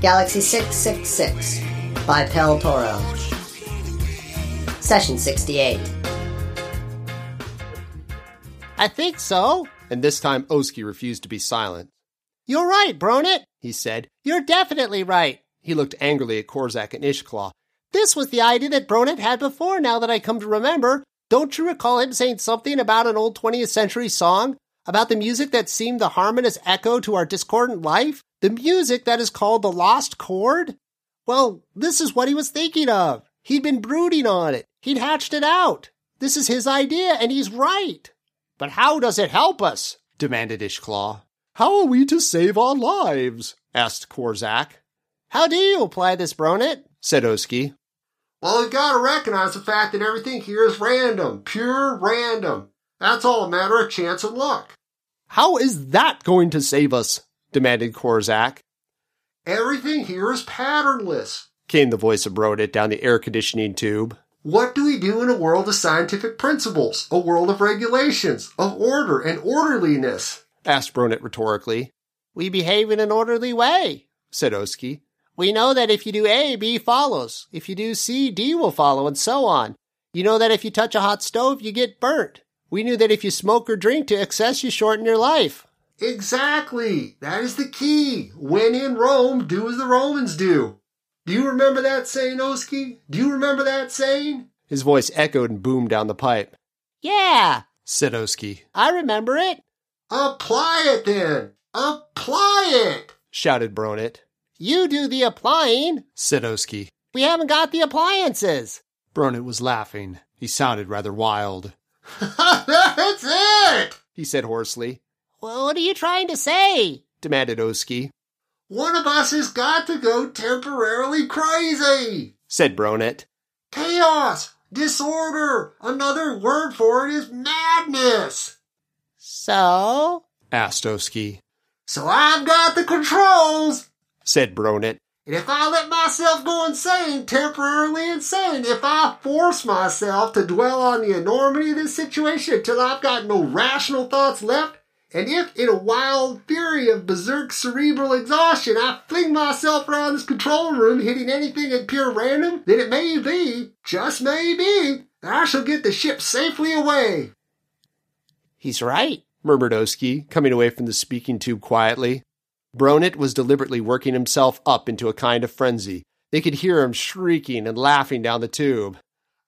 Galaxy 666 by Pel Toro. Session 68. I think so. And this time Oski refused to be silent. You're right, Bronit, he said. You're definitely right. He looked angrily at Korzak and Ishklaw. This was the idea that Bronit had before, now that I come to remember. Don't you recall him saying something about an old 20th century song? About the music that seemed the harmonious echo to our discordant life? The music that is called the lost chord? Well, this is what he was thinking of. He'd been brooding on it. He'd hatched it out. This is his idea, and he's right. But how does it help us? demanded Ishklaw. How are we to save our lives? asked Korzak. How do you apply this, Bronit? said Oski. Well, we've got to recognize the fact that everything here is random, pure random. That's all a matter of chance and luck. How is that going to save us? demanded Korzak. Everything here is patternless, came the voice of Brodit down the air conditioning tube. What do we do in a world of scientific principles, a world of regulations, of order and orderliness? asked Bronit rhetorically. We behave in an orderly way, said Oski. We know that if you do A, B follows. If you do C, D will follow, and so on. You know that if you touch a hot stove, you get burnt. We knew that if you smoke or drink to excess, you shorten your life. Exactly. That is the key. When in Rome, do as the Romans do. Do you remember that saying, Oski? Do you remember that saying? His voice echoed and boomed down the pipe. Yeah, said Oski. I remember it, Apply it then. Apply it. shouted Bronit. You do the applying, said Oski. We haven't got the appliances. Bronit was laughing. He sounded rather wild. That's it. He said hoarsely. What are you trying to say? demanded Oski. One of us has got to go temporarily crazy. Said Bronit. Chaos, disorder. Another word for it is madness. So? asked Oski. So I've got the controls. Said Bronit. And if I let myself go insane, temporarily insane, if I force myself to dwell on the enormity of this situation until I've got no rational thoughts left, and if in a wild fury of berserk cerebral exhaustion I fling myself around this control room hitting anything at pure random, then it may be, just may be, that I shall get the ship safely away. He's right, murmured Oski, coming away from the speaking tube quietly. Bronit was deliberately working himself up into a kind of frenzy. They could hear him shrieking and laughing down the tube.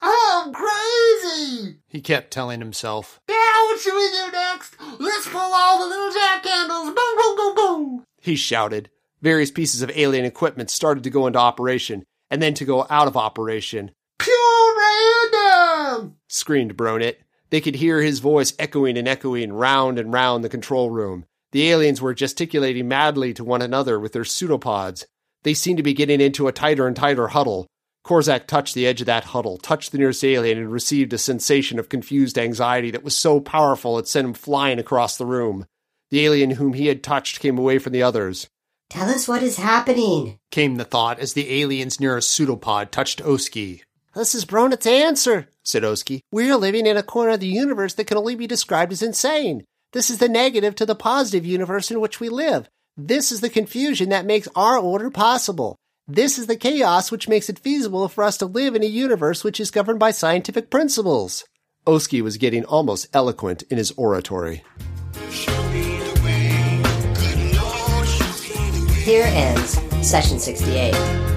I'm crazy! He kept telling himself. Now what should we do next? Let's pull all the little jack candles! Boom, boom, boom, boom! He shouted. Various pieces of alien equipment started to go into operation, and then to go out of operation, pure random. screamed Bronit. They could hear his voice echoing and echoing round and round the control room. The aliens were gesticulating madly to one another with their pseudopods. They seemed to be getting into a tighter and tighter huddle. Korzak touched the edge of that huddle, touched the nearest alien, and received a sensation of confused anxiety that was so powerful it sent him flying across the room. The alien whom he had touched came away from the others. Tell us what is happening. Came the thought as the alien's nearest pseudopod touched Oski. This is Bronit's answer, said Oski. We are living in a corner of the universe that can only be described as insane. This is the negative to the positive universe in which we live. This is the confusion that makes our order possible. This is the chaos which makes it feasible for us to live in a universe which is governed by scientific principles. Oski was getting almost eloquent in his oratory. Here ends Session 68.